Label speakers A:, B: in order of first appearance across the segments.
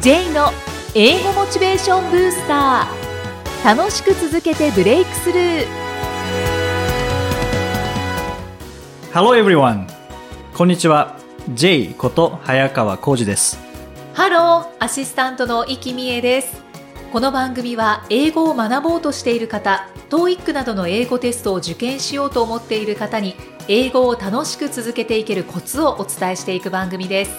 A: J の英語モチベーションブースター楽しく続けてブレイクスルー
B: Hello everyone! こんにちは。J こと早川浩二です。
A: ハローアシスタントの生きみえですこの番組は英語を学ぼうとしている方 TOEIC などの英語テストを受験しようと思っている方に英語を楽しく続けていけるコツをお伝えしていく番組です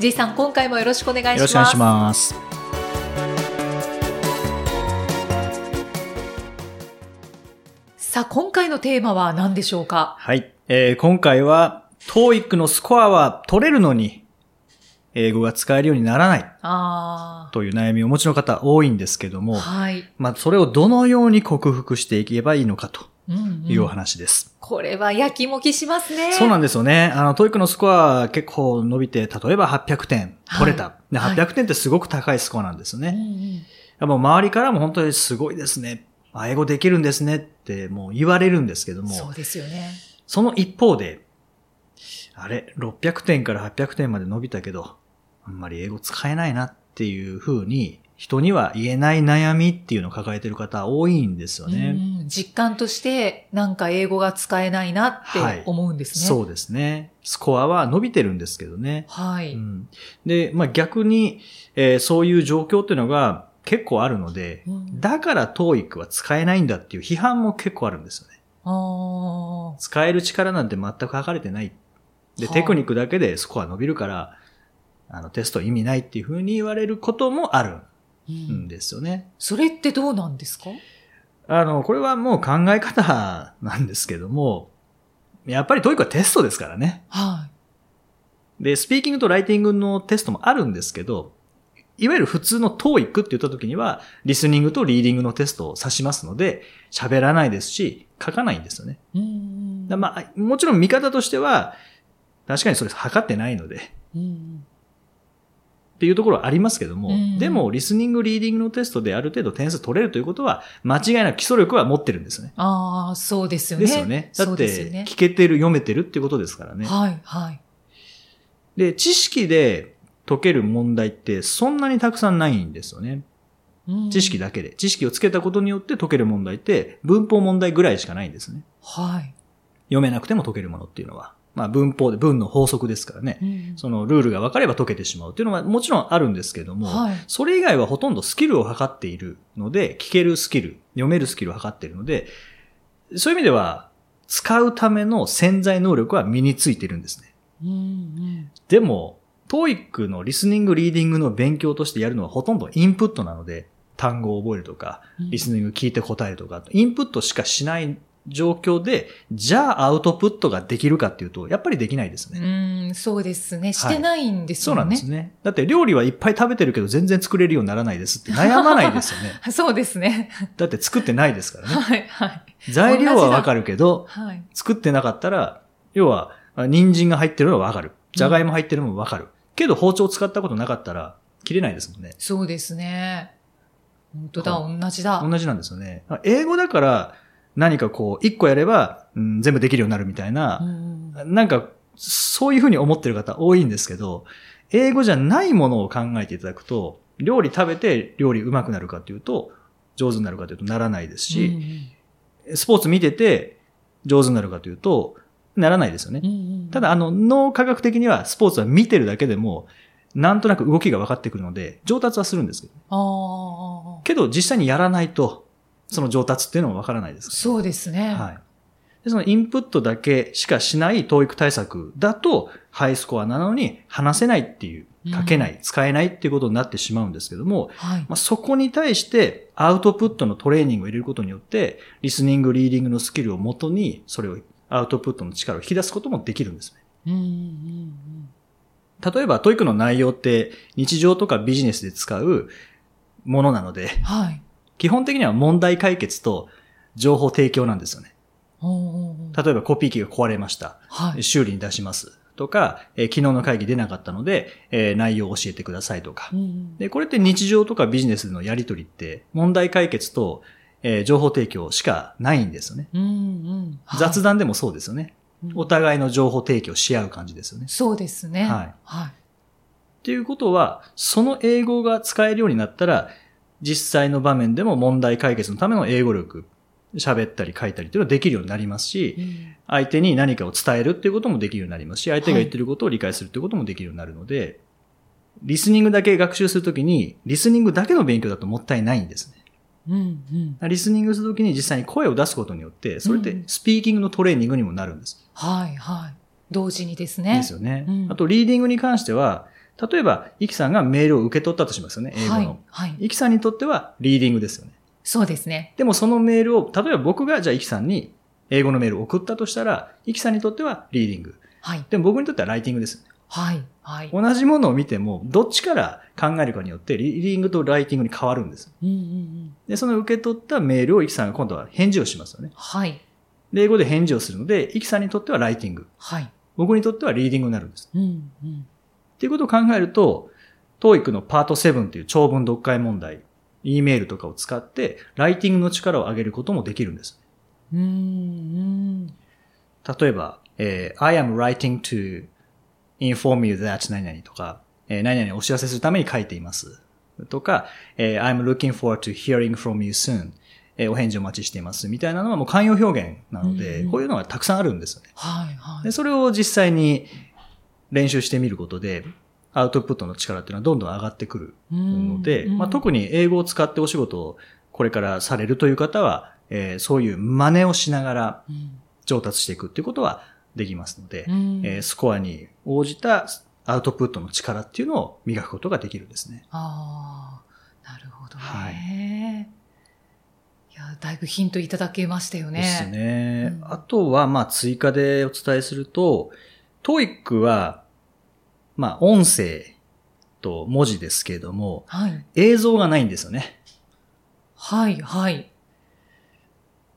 A: J さん今回もよろしくお願いします
B: よろしくお願いします。
A: さあ今回のテーマは何でしょうか
B: はい。えー今回は、TOEIC のスコアは取れるのに、英語が使えるようにならない
A: あ
B: という悩みをお持ちの方多いんですけど
A: あ
B: も、
A: はい、
B: まあ、それをどのように克服していけばいいのかと
A: うんうん
B: いうお話です。
A: これはやきもきしますね。
B: そうなんですよね。あの、トイックのスコア結構伸びて、例えば800点取れた。
A: はい
B: で
A: はい
B: 800点ってすごく高いスコアなんですよ
A: うんう
B: ね。
A: ん
B: もう周りからも本当にすごいですね。あ英語できるんですねってもう言われるんですけども、
A: そ
B: そう
A: ですよね。
B: の一方で、あれ、600点から800点まで伸びたけど、あんまり英語使えないなっていう風に、人には言えない悩みっていうのを抱えてる方多いんですよね。
A: うんうん実感として、なんか英語が使えないなって思うんですね。
B: そうですね。スコアは伸びてるんですけどね。
A: は
B: う
A: い。
B: ん、で、まあ、逆に、えーそういう状況っていうのが結構あるので、
A: うん
B: だから TOEIC は使えないんだっていう批判も結構あるんですよね。
A: あー
B: 使える力なんて全く測れてない。で、
A: はあ
B: テクニックだけでスコア伸びるから、あの、テスト意味ないっていうふうに言われることもある
A: うん
B: んですよね。
A: それってどうなんですか
B: あの、これはもう考え方なんですけども、やっぱり TOEIC はテストですからね。
A: は
B: で、スピーキングとライティングのテストもあるんですけど、いわゆる普通の TOEIC って言った時には、リスニングとリーディングのテストを指しますので、喋らないですし、書かないんですよね。
A: い。うん
B: だまあ、もちろん見方としては、確かにそれ測ってないので、っ
A: うん
B: ていうところはありますけども、
A: うん
B: でも、リスニング、リーディングのテストである程度点数取れるということは、間違いなく基礎力は持ってるんですよね。
A: ああ、そうですよね。
B: ですよね。だ
A: そ
B: っ
A: う
B: て
A: ですよ、ね。
B: 聞けてる、読めてるっていうことですからね。
A: はい、はい。
B: で、知識で解ける問題ってそんなにたくさんないんですよね。
A: うん
B: 知識。だけで。知識をつけたことによって解ける問題って文法問題ぐらいしかないんですね。
A: はい。
B: 読めなくても解けるものっていうのは。まあ文法で、文の法則ですからね
A: う。ん
B: そのルールが分かれば解けてしまうっていうのはもちろんあるんですけども、
A: はい
B: それ以外はほとんどスキルを測っているので、聞けるスキル、読めるスキルを測っているので、そういう意味では使うための潜在能力は身についているんですね。
A: うんうん
B: でも、TOEIC のリスニング、リーディングの勉強としてやるのはほとんどインプットなので、単語を覚えるとか、
A: うん
B: リスニング聞いて答えるとか、インプットしかしない状況で、じゃあアウトプットができるかっていうと、やっぱりできないですね。
A: うん、そうですね。してないんです
B: そう
A: よね。
B: なんですね。だって料理はいっぱい食べてるけど全然作れるようにならないですって悩まないですよね。
A: そうですね。
B: だって作ってないですからね。
A: はい、はい。
B: 材料はわかるけど、
A: はい。
B: 作ってなかったら、要は、あ人参が入ってるのはわかる。じゃがいも入ってるのもわかる。けど包丁使ったことなかったら、切れないですもんね。
A: そうですね。本当
B: は
A: だ、同じだ。
B: 同じなんですよね。英語だから、何かこう、一個やれば、うん全部できるようになるみたいな、
A: うん
B: なんか、そういうふうに思ってる方多いんですけど、英語じゃないものを考えていただくと、料理食べて料理うまくなるかというと、上手になるかというとならないです
A: う
B: し、
A: ん
B: スポーツ見てて上手になるかというと、ならないですよね
A: う。ん
B: ただ、あの、脳科学的にはスポーツは見てるだけでも、なんとなく動きが分かってくるので、上達はするんですけど。
A: あー
B: けど、実際にやらないと、その上達っていうのも分からないですから。
A: そうですね。
B: はい。で、そのインプットだけしかしない教育対策だと、ハイスコアなのに話せないっていう、書けない、使えないっていうことになってしまうんですけども、
A: はい。
B: まあ、そこに対してアウトプットのトレーニングを入れることによって、リスニング、リーディングのスキルをもとに、それをアウトプットの力を引き出すこともできるんですね。
A: うんうんうん
B: 例えば、トイックの内容って日常とかビジネスで使うものなので、
A: はい。
B: 基本的には問題解決と情報提供なんですよね。
A: おーおーおー
B: 例えばコピー機が壊れました。
A: はい。
B: 修理に出します。とか、えー昨日の会議出なかったので、えー内容を教えてくださいとか
A: う。んうん
B: で、これって日常とかビジネスでのやりとりって、問題解決と、えー情報提供しかないんですよね。
A: うんうんはい
B: 雑談でもそうですよね。
A: うん
B: お互いの情報提供し合う感じですよね。
A: そうですね。
B: はい
A: は
B: っっていうことは、その英語が使えるようになったら、実際の場面でも問題解決のための英語力、喋ったり書いたりっていうのはできるようになりますし、
A: ん
B: 相手に何かを伝えるっていうこともできるようになりますし、相手が言ってることを理解するっていうこともできるようになるので、リスニングだけ学習するときに、リスニングだけの勉強だともったいないんですね。
A: うんうん
B: リスニングするときに実際に声を出すことによって、それっ
A: うん
B: てスピーキングのトレーニングにもなるんです。
A: はいはい同時にですね
B: ですよね。
A: うん
B: あと、リーディングに関しては、例えば、イキさんがメールを受け取ったとしますよね、英語
A: はい
B: の。
A: はい
B: イキさんにとってはリーディングですよね。
A: そうですね
B: でもそのメールを、例えば僕がじゃあイキさんに英語のメールを送ったとしたら、イキさんにとってはリーディング。
A: はい
B: でも僕にとってはライティングですよね。
A: はいはい
B: 同じものを見ても、どっちから考えるかによって、リーディングとライティングに変わるんです。
A: うんうんうん
B: で、その受け取ったメールをイキさんが今度は返事をしますよね。
A: はい
B: で、英語で返事をするので、イキさんにとってはライティング。
A: はい
B: 僕にとってはリーディングになるんです。
A: うんうん
B: っていうことを考えると、TOEIC のパート7っていう長文読解問題、E メールとかを使って、ライティングの力を上げることもできるんです。
A: うんうん
B: 例えば、えー I am writing to inform you that 何々とか、えー何々をお知らせするために書いています。とか、えー I'm looking forward to hearing from you soon. えーお返事をお待ちしています。みたいなのはもう慣用表現なので、
A: うん
B: こういうのがたくさんあるんですよね。
A: はいはい
B: で、それを実際に練習してみることで、アウトプットの力っていうのはどんどん上がってくるので、まあ、特
A: に
B: に英語を使ってお仕事をこれからされるという方は、えーそういう真似をしながら上達していくっていうことはできますので、えースコアに応じたアウトプットの力っていうのを磨くことができるんですね。
A: ああ、なるほどね。、
B: はい
A: や、だいぶヒントいただけましたよね。
B: ですね。
A: うん
B: あとは、まあ、追加でお伝えすると、TOEIC は、まあ、音声と文字ですけれども、
A: はい。
B: 映像がないんですよね。
A: はい、はい。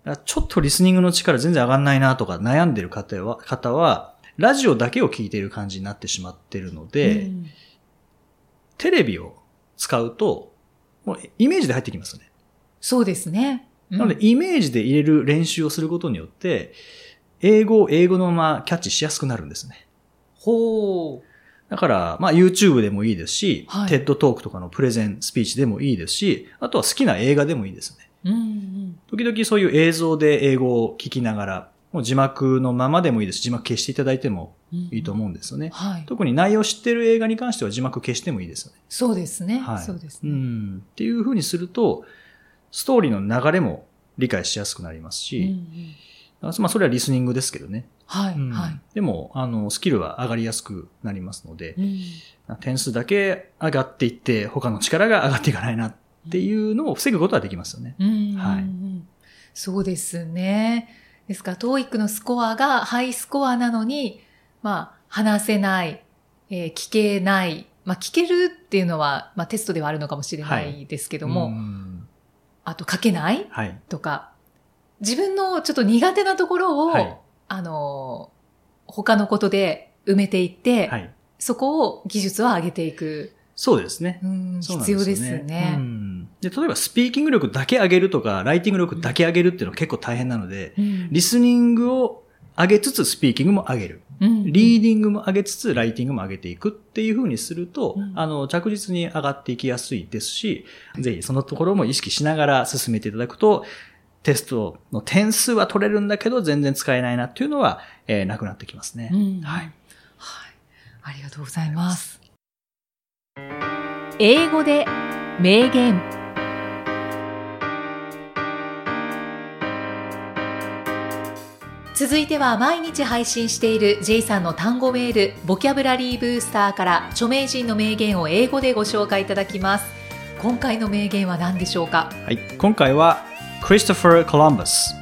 B: だからちょっとリスニングの力全然上がんないなとか悩んでる方は、方はラジオだけを聞いている感じになってしまってるので、
A: うん
B: テレビを使うと、もうイメージで入ってきますよね。
A: そうですね。
B: なので、イメージで入れる練習をすることによって、英語を英語のままキャッチしやすくなるんですね。
A: ほ
B: だから、まあ YouTube でもいいですし、
A: はい
B: TED Talk とかのプレゼンスピーチでもいいですし、あとは好きな映画でもいいですね。
A: う。うんうん。
B: 時々そういう映像で英語を聞きながら、もう字幕のままでもいいですし、字幕消していただいてもいいと思うんですよね。
A: はい。
B: 特に内容を知ってる映画に関しては字幕消してもいいですよね。
A: そうですね。
B: はい。
A: そうです
B: う
A: ね。
B: ん。っていう風にすると、ストーリーの流れも理解しやすくなります
A: うんう
B: し、
A: ん
B: あまあそれはリスニングですけどね。
A: はい、
B: うん
A: はい。
B: でも、あの、スキルは上がりやすくなりますので、
A: うん
B: 点数だけ上がっていって、他の力が上がっていかないなっていうのを防ぐことはできますよね。
A: うんうんうん
B: はい
A: そうですね。ですから、TOEIC のスコアがハイスコアなのに、まあ、話せない、えー聞けない、まあ、聞けるっていうのは、まあ、テストではあるのかもしれな
B: はい
A: ですけども、
B: うん
A: あと、書けない
B: はい。
A: とか、自分のちょっと苦手なところを、
B: はい。
A: あのー、他のことで埋めていって、
B: はい。
A: そこを技術を上げていく、
B: そうですね。
A: うん
B: そうなん
A: 必要です
B: よ
A: ね。
B: うんで、例えばスピーキング力だけ上げるとか、ライティング力だけ上げるっていうのは結構大変なので、
A: うん
B: リスニングを上げつつスピーキングも上げる。
A: うん
B: リーディングも上げつつ、ライティングも上げていくっていう風にすると、
A: うん
B: あの、着実に上がっていきやすいですし、ぜひそのところも意識しながら進めていただくと、テストの点数は取れるんだけど、全然使えないなっていうのは、えーなくなってきますね。
A: うん
B: はい。
A: はい。ありがとうございます。
C: 英語で名言
A: 続いては毎日配信している J さんの単語メールボキャブラリーブースターから著名人の名言を英語でご紹介いただきます今回の名言は何でしょうか
B: はい、今回はクリストファー・コロンブス。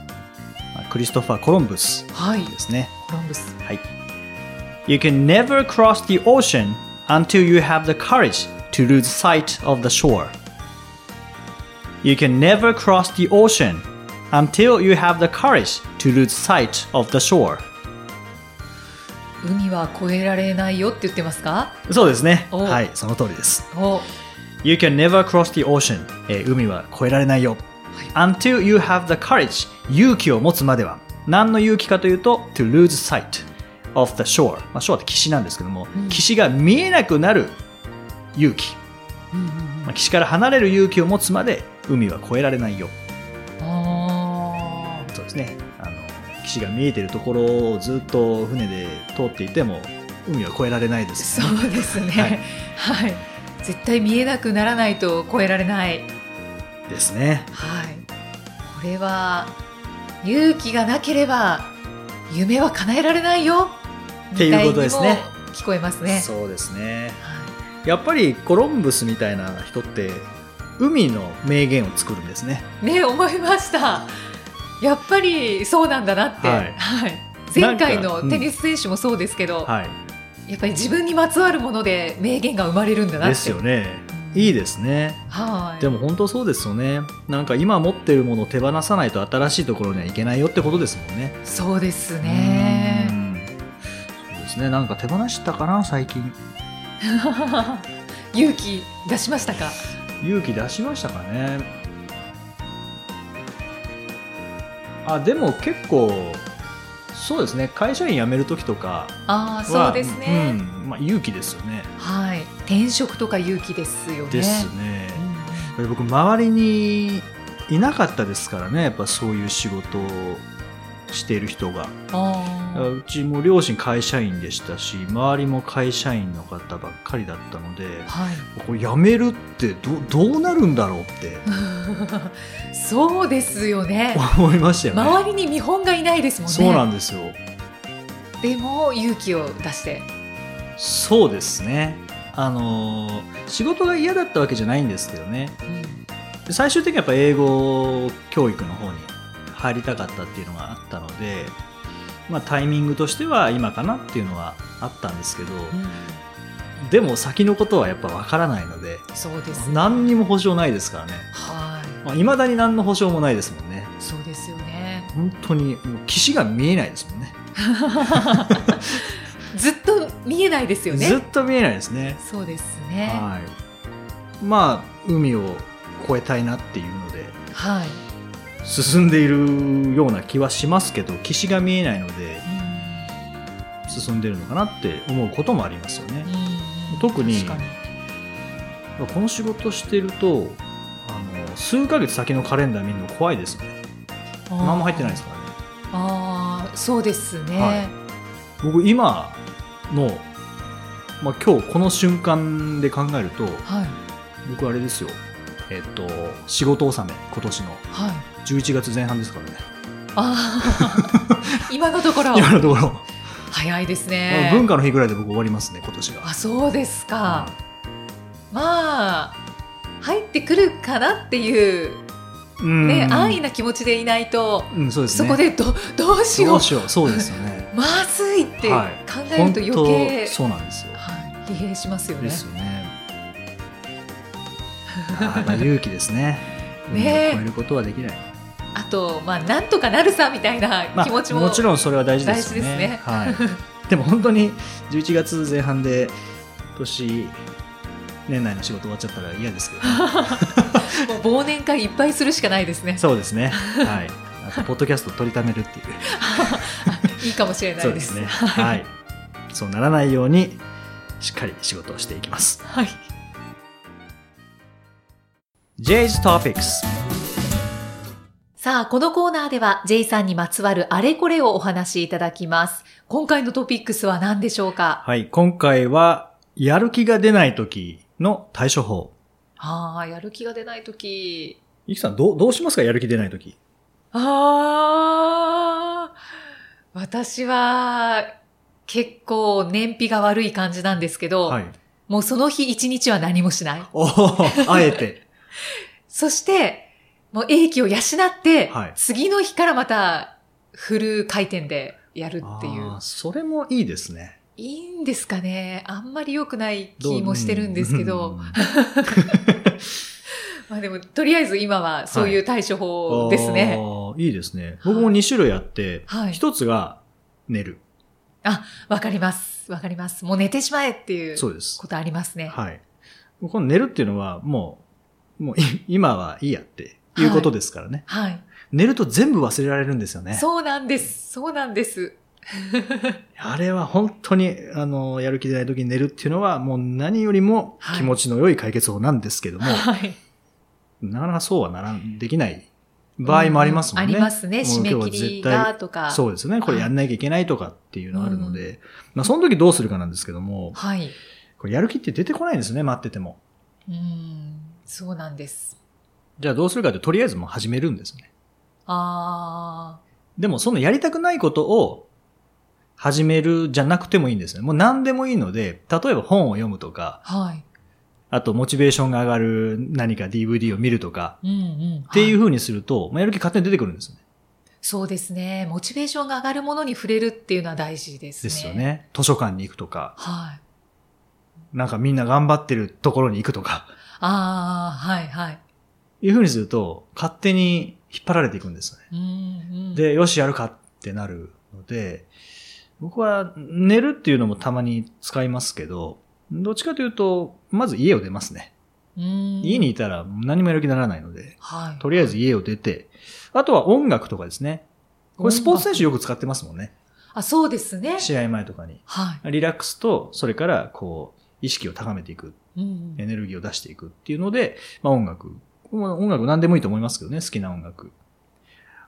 B: まあクリストファー・コロンブス
A: はい
B: ですね。
A: コロンブス
B: はい。You can never cross the ocean until you have the courage to lose sight of the shore. You can never cross the ocean until you have the courage to lose sight of the shore.
A: 海は越えられないよって言ってますか
B: そうですね。
A: お
B: はい、その通りです。
A: お
B: You can never cross the ocean. えー海は越えられないよ。Until you have the courage. 勇気を持つまでは。何の勇気かというと、to lose sight of the shore. まあ、shore って岸なんですけども、岸が見えなくなる勇気、
A: うんうん
B: まあ、岸から離れる勇気を持つまで海は越えられないよ
A: うんあ
B: そうですねあの岸が見えてるところをずっと船で通っていても海は越えられないで
A: ー
B: す
A: そ
B: よね、
A: うですね、
B: はい
A: はい、絶対見えなくならないと越えられない、
B: ですね
A: はい、これは勇気がなければ夢は叶えられないよ
B: っていうことですね
A: みたいにも聞こえますね。
B: そうですね
A: はい
B: やっぱりコロンブスみたいな人って海の名言を作るんですね
A: ね思いましたやっぱりそうなんだなって、は
B: はいい
A: 前回
B: なんか
A: の
B: うん
A: テニス選手もそうですけど、
B: はい
A: やっぱり自分にまつわるもので名言が生まれるんだなって
B: ですよねいいですね
A: はい
B: でも本当そうですよねなんか今持ってるものを手放さないと新しいところにはいけないよってことですもんね
A: そうです
B: う
A: ね
B: んそうですねなんか手放したかな最近
A: 勇気出しましたか
B: 勇気出しましたかねあでも結構そうですね会社員辞める時とか
A: ああそ
B: は
A: うですね、
B: うんまあ、勇気ですよね
A: はい転職とか勇気ですよね
B: ですね
A: うん
B: だって僕周りにいなかったですからねやっぱそういう仕事をしている人が
A: あー
B: うちも両親会社員でしたし周りも会社員の方ばっかりだったので
A: はい
B: これ辞めるってどどうなるんだろうって
A: そうですよね
B: 思いましたよね。
A: 周りに見本がいないですもんね
B: そうなんですよ
A: でも勇気を出して
B: そうですねあのー仕事が嫌だったわけじゃないんですけどねで最終的にやっぱ英語教育の方に入りたかったっていうのがあったので、まあ、タイミングとしては今かなっていうのはあったんですけどでも先のことはやっぱわからないので
A: そうです
B: 何にも保証ないですからね
A: はい
B: まあ、未だに何の保証もないですもんね
A: いそうですよね
B: 本当にもう岸が見えないですもんね
A: ずっと見えないですよ
B: ずっ
A: ね
B: と見えないですね
A: そうですね
B: はいまあ海を越えたいなっていうので
A: はい、
B: 進んでいるような気はしますけど岸が見えないので進んでるのかなって思うこともありますよね
A: うん、うん
B: 特に
A: 確か
B: この仕事してるとあの数ヶ月先のカレンダー見るの怖いですね何も入ってないです
A: か
B: からね
A: あーそうですね、
B: はい僕今の、まあ、今日この瞬間で考えると
A: はい
B: 僕あれですよえっと仕事納め今年の
A: はい
B: 11月前半ですからね
A: あ ー今のところ
B: 今のところ、
A: 早いですね
B: 文化の日ぐらいで僕終わりますね今年が
A: あそうですか、まあ入ってくるかなっていう、
B: うん
A: ね安易
B: な
A: な気持ちでいないと、
B: うんそうです
A: そ
B: ね
A: こでどどうし
B: ど
A: よう
B: うしようそうですよ ね
A: まずいって考
B: はい
A: える
B: 本
A: と余計、
B: 当そうなんですよ
A: はい疲弊しますよね
B: ですよねあーまあ勇気です ね
A: ねえ
B: うん超えることはできない
A: あとまあなんとかなるさみたいな気持ちも、
B: ちろんそれは大事ですよね
A: 大事ですね
B: はい、でも本当に11月前半で年年内の仕事終わっちゃったら嫌ですけどね、
A: もう忘年会いっぱいするしかないですね
B: そうです ねはいあとポッドキャスト取りためるっていう
A: いいかもしれ な
B: そう
A: い
B: で
A: ですす
B: ねはいそうならないようにしっかり仕事をしていきます
A: はい
B: J's Topics
A: さあこのコーナーでは J さんにまつわるあれこれをお話しいただきます今回のトピックスは何でしょうか
B: はい今回はやる気が出ない時の対処法
A: ああやる気が出ない時
B: ゆきさんどうどうしますかやる気出ない時
A: ああ、私は結構燃費が悪い感じなんですけど、
B: はい
A: もうその日一日は何もしない。
B: おーあえて
A: そして、もう英気を養って、
B: はい
A: 次の日からまたフル回転でやる ってい
B: あ
A: う
B: ー。それもいいですね
A: いいんですかねあんまり良くない気もしてるんですけど、
B: うん
A: まあでも、とりあえず今はそういう対処法 ですね。
B: あーいいですね。僕も2種類あって、
A: はい。
B: 一つが寝る。
A: わかります。わかります。もう寝てしまえっていう
B: そうです
A: こ。とありますね。
B: はい。この寝るっていうのはもう、 もうい今はいいやっていうことですからね。
A: はい。
B: 寝ると全部忘れられるんですよね。
A: そうなんです。そうなんです。
B: あれは本当に、あの、やる気でない時に寝るっていうのは、もう何よりも気持ちの良い解決法なんですけども、
A: はい。
B: なかなかそうはならん、できない場合もありますもんね。
A: ありますね。
B: うん
A: 締め切りがとか。
B: そうですね。これやんなきゃいけないとかっていうのがあるので、まあその時どうするかなんですけども、
A: はい。
B: これやる気って出てこないんですね、待ってても。
A: うん。そうなんです。
B: じゃあどうするかってとりあえずもう始めるんですね。
A: あ
B: でもそのやりたくないことを始めるじゃなくてもいいんですね。もう何でもいいので、例えば本を読むとか、
A: あ、はい。
B: あとモチベーションが上がる何か DVD を見るとか、
A: うんうん。
B: っていう
A: はい。
B: 風にすると、まあやる気勝手に出てくるんですね。
A: そうですね。モチベーションが上がるものに触れるっていうのは大事ですね。
B: ですよ。ね。図書館に行くとか、
A: はい。
B: なんかみんな頑張ってるところに行くとか、
A: ああ、はいはい。
B: いう風にすると、勝手に引っ張られていくんですね。
A: うんうん。、
B: で、よし、やるかってなるので、僕は寝るっていうのもたまに使いますけど、どっちかというと、まず家を出ますね。
A: うん。
B: 家にいたら何もやる気にならないので、
A: はい。
B: とりあえず家を出て、あとは音楽とかですね。これスポーツ選手よく使ってますもんね。
A: あ、そうですね。
B: 試合前とかに。
A: は
B: リラックスと、それから、こう、意識を高めていく、
A: い。うんう
B: エ
A: ん。
B: ネルギーを出していくっていうので、まあ音楽。まあ音楽何でもいいと思いますけどね、好きな音楽。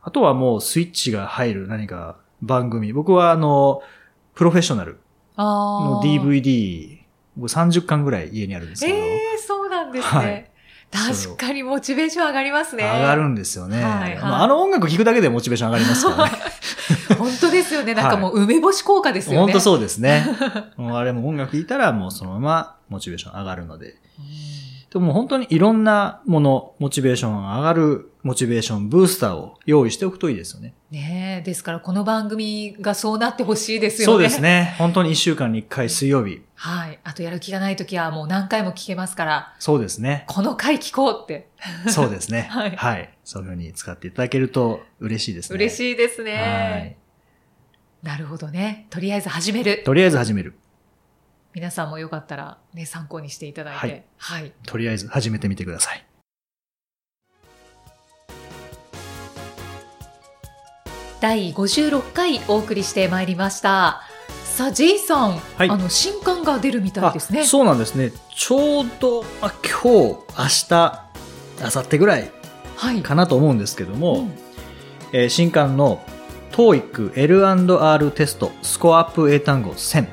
B: あとはもうスイッチが入る何か番組。僕はあの、プロフェッショナル
A: あ
B: の
A: あ。
B: DVD、僕30巻ぐらい家にあるんですけど、
A: ええそうなんですね。
B: はい
A: 確かにモチベーション上がりますね。
B: 上がるんですよね。
A: はいはい
B: まああの音楽聴くだけでモチベーション上がりますからね。
A: 本当ですよね。なんかもう梅干し効果ですよね。
B: 本当そうですね。もうあれも音楽聴いたらもうそのままモチベーション上がるので。
A: うん。
B: でももう本当にいろんなもの、モチベーション上がる、モチベーションブースターを用意しておくといいですよね。
A: ねえ、ですからこの番組がそうなってほしいですよね。
B: そうです。ね。本当に一週間に一回水曜日。
A: はい。あとやる気がない時はもう何回も聞けますから、
B: そうですね。
A: この回聞こうって。
B: そうですね。
A: はい
B: そういうふうに使っていただけると嬉しいですね。
A: 嬉
B: い
A: しいですね。
B: はい。
A: なるほどね。とりあえず始める。
B: とりあえず始める。
A: 皆さんもよかったらね、参考にしていただいて。はい。
B: とりあえず始めてみてください。
A: 第56回お送りしてまいりました。さあ、ジェイさん、
B: はい
A: あの、新刊が出るみたいですね。
B: そうなんですね。ちょうど、まあ、今日、明日、明後日ぐらい
A: はい。
B: かなと思うんですけど
A: う
B: も、
A: ん
B: えー新刊の TOEIC L&R テストスコアアップ英単語1000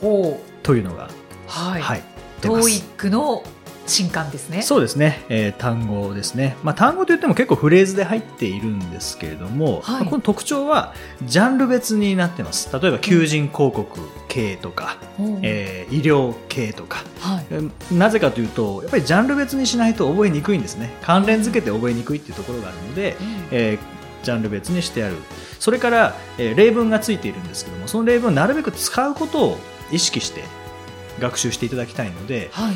A: ほ
B: というのが、
A: う。はい。
B: はい、出ま
A: トー
B: す
A: イックの新刊ですね。
B: そうですね、えー単語ですね、まあ、単語といっても結構フレーズで入っているんですけれど
A: はい
B: も、まあこの特徴はジャンル別になってます例えば求人広告系とか、
A: うん
B: えー医療系とか
A: はい。
B: えーなぜかというとやっぱりジャンル別にしないと覚えにくいんですね関連付けて覚えにくいっていうところがあるので、えージャンル別にしてあるそれから、えー例文がついているんですけどもその例文をなるべく使うことを意識して学習していただきたいので、
A: はい。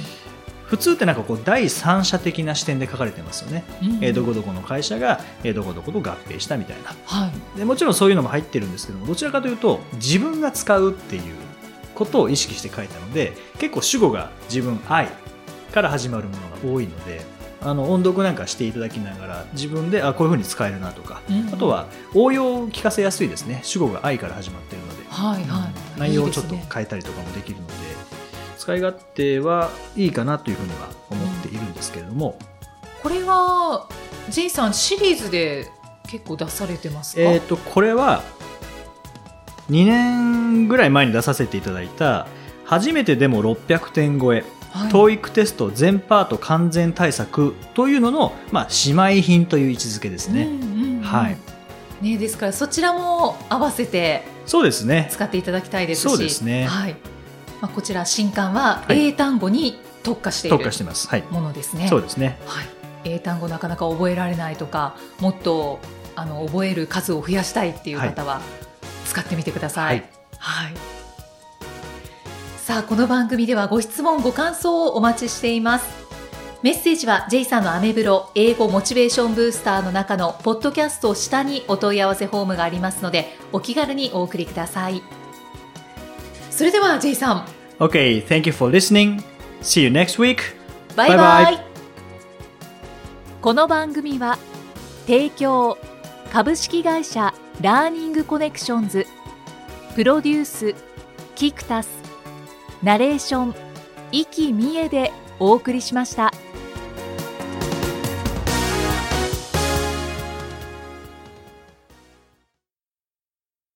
B: 普通ってなんかこう第三者的な視点で書かれてますよね、えーどこどこの会社が、えーどこどこと合併したみたいな
A: はい。
B: でもちろんそういうのも入ってるんですけどもどちらかというと自分が使うっていうことを意識して書いたので結構主語が自分「I」から始まるものが多いのであの音読なんかしていただきながら自分であこういうふうに使えるなとか、
A: うん
B: あとは応用を聞かせやすいですね主語が「I」から始まってるので。
A: はいはい。
B: 内容をちょっと
A: いいですね
B: 変えたりとかもできるので使い勝手はいいかなというふうには思っているんですけれども、
A: これはジェイさんシリーズで結構出されてますか。
B: えー、とこれは2年ぐらい前に出させていただいた初めてでも600点超え、
A: はい
B: TOEIC テスト全パート完全対策というのの、まあ、姉妹品という位置づけです
A: う
B: ね、
A: んうんうん
B: はい。
A: ねですからそちらも合わせて
B: そうですね
A: 使っていただきたいですし。
B: そうですね
A: はい。まあこちら新刊は
B: はい
A: 英単語に特化している
B: 特化してますはい、
A: ものですね。
B: そうですね
A: はい。英単語なかなか覚えられないとか、もっとあの覚える数を増やしたいっていう方は使ってみてください。
B: はい
A: はい。さあ、この番組ではご質問、ご感想をお待ちしています。メッセージは J さんのアメブロ英語モチベーションブースターの中のポッドキャスト下にお問い合わせフォームがありますので、お気軽にお送りください。それでは J さん、
B: OK thank you for listening see you next week
A: バイバイ。
B: バイバイ
C: この番組は提供株式会社ラーニングコネクションズ
A: プロデュースキクタスナレーション生きみえでお送りしました。